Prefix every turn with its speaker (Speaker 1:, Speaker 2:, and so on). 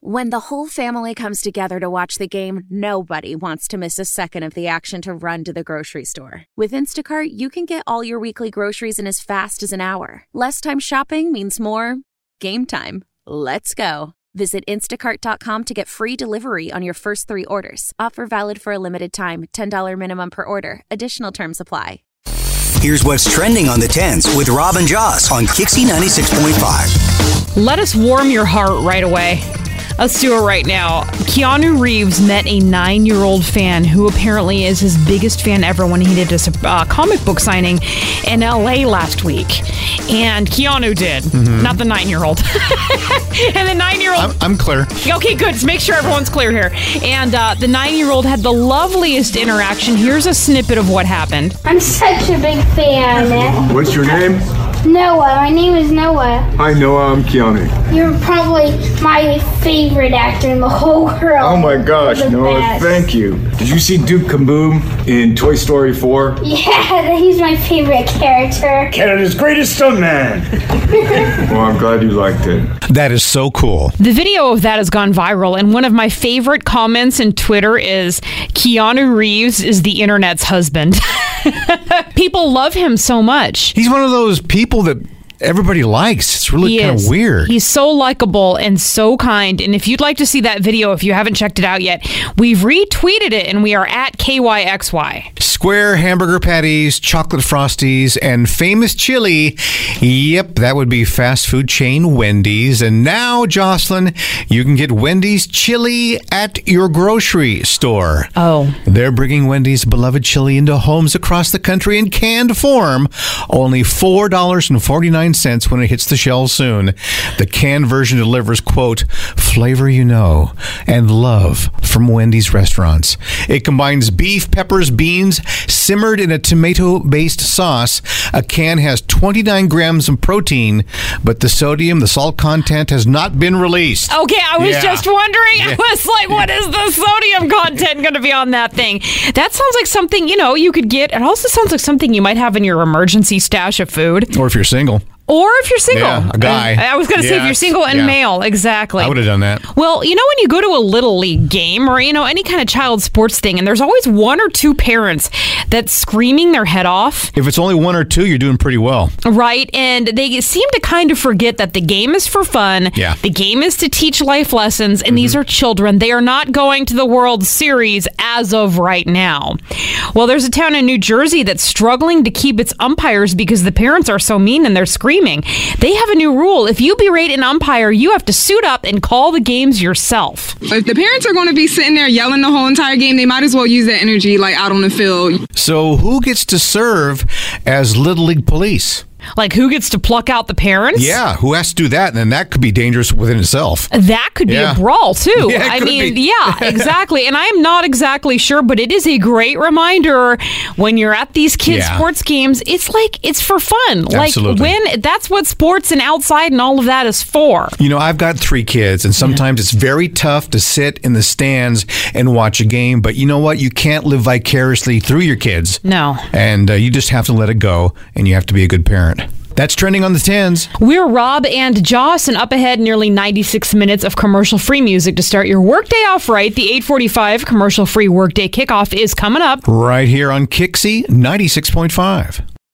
Speaker 1: When the whole family comes together to watch the game, nobody wants to miss a second of the action to run to the grocery store. With Instacart, you can get all your weekly groceries in as fast as an hour. Less time shopping means more game time. Let's go. Visit instacart.com to get free delivery on your first three orders. Offer valid for a limited time $10 minimum per order. Additional terms apply.
Speaker 2: Here's what's trending on the 10s with Robin Joss on Kixie 96.5.
Speaker 3: Let us warm your heart right away. Let's do it right now. Keanu Reeves met a nine year old fan who apparently is his biggest fan ever when he did a uh, comic book signing in LA last week. And Keanu did, not the nine year old. and the nine year old.
Speaker 4: I'm, I'm clear.
Speaker 3: Okay, good. Just make sure everyone's clear here. And uh, the nine year old had the loveliest interaction. Here's a snippet of what happened.
Speaker 5: I'm such a big fan.
Speaker 6: What's your name?
Speaker 5: Noah, my name is Noah.
Speaker 6: Hi, Noah. I'm Keanu.
Speaker 5: You're probably my favorite actor in the whole world.
Speaker 6: Oh my gosh,
Speaker 5: The
Speaker 6: Noah!
Speaker 5: best.
Speaker 6: Thank you. Did you see Duke Kaboom in Toy Story 4?
Speaker 5: Yeah, he's my favorite character.
Speaker 6: Canada's greatest stuntman. well, I'm glad you liked it.
Speaker 4: That is so cool.
Speaker 3: The video of that has gone viral, and one of my favorite comments in Twitter is Keanu Reeves is the internet's husband. People love him so much.
Speaker 4: He's one of those people that everybody likes. It's really
Speaker 3: He
Speaker 4: kind
Speaker 3: is.
Speaker 4: of weird.
Speaker 3: He's so likable and so kind. And if you'd like to see that video, if you haven't checked it out yet, we've retweeted it and we are at KYXY.
Speaker 4: Square hamburger patties, chocolate frosties, and famous chili. Yep, that would be fast food chain Wendy's. And now, Jocelyn, you can get Wendy's chili at your grocery store.
Speaker 3: Oh.
Speaker 4: They're bringing Wendy's beloved chili into homes across the country in canned form. Only $4.49 when it hits the shelves soon. The canned version delivers, quote, flavor you know and love from Wendy's restaurants. It combines beef, peppers, beans, simmered in a tomato based sauce. A can has 29 grams of protein, but the sodium, the salt content has not been released.
Speaker 3: Okay, I was
Speaker 4: Yeah.
Speaker 3: just wondering. I was like, what is the sodium content going to be on that thing? That sounds like something, you know, you could get. It also sounds like something you might have in your emergency stash of food.
Speaker 4: Or if you're single,
Speaker 3: Or if you're single.
Speaker 4: Yeah, a guy.
Speaker 3: I, I was going to say if
Speaker 4: Yeah,
Speaker 3: you're single and
Speaker 4: yeah.
Speaker 3: male, exactly.
Speaker 4: I would have done that.
Speaker 3: Well, you know, when you go to a little league game or, you know, any kind of child sports thing, and there's always one or two parents that's screaming their head off,
Speaker 4: If it's only one or two, you're doing pretty well.
Speaker 3: right? And they seem to kind of forget that the game is for fun.
Speaker 4: Yeah. Mm-hmm.
Speaker 3: The game is to teach life lessons, and these are children. They are not going to the World Series as of right now. Well, there's a town in New Jersey that's struggling to keep its umpires because the parents are so mean and they're screaming. They have a new rule if you berate an umpire, you have to suit up and call the games yourself.
Speaker 7: If the parents are going to be sitting there yelling the whole entire game, they might as well use that energy like out on the field.
Speaker 4: So, who gets to serve as Little League police?
Speaker 3: Like, who gets to pluck out the parents?
Speaker 4: Yeah, who has to do that? And then that could be dangerous within itself.
Speaker 3: That could be
Speaker 4: Yeah.
Speaker 3: a brawl too.
Speaker 4: Yeah, it
Speaker 3: I
Speaker 4: could
Speaker 3: mean,
Speaker 4: be.
Speaker 3: yeah, exactly. And I'm not exactly sure, but it is a great reminder when you're at these kids'
Speaker 4: Yeah.
Speaker 3: sports games. It's like it's for fun.
Speaker 4: Absolutely.
Speaker 3: Like when that's what sports and outside and all of that is for.
Speaker 4: You know, I've got three kids, and sometimes it's very tough to sit in the stands and watch a game. But you know what? You can't live vicariously through your kids.
Speaker 3: No.
Speaker 4: And uh, you just have to let it go, and you have to be a good parent. That's trending on the 10s.
Speaker 3: We're Rob and Joss, and up ahead, nearly 96 minutes of commercial free music to start your workday off right. The 845 commercial free workday kickoff is coming up.
Speaker 4: Right here on Kixie 96.5.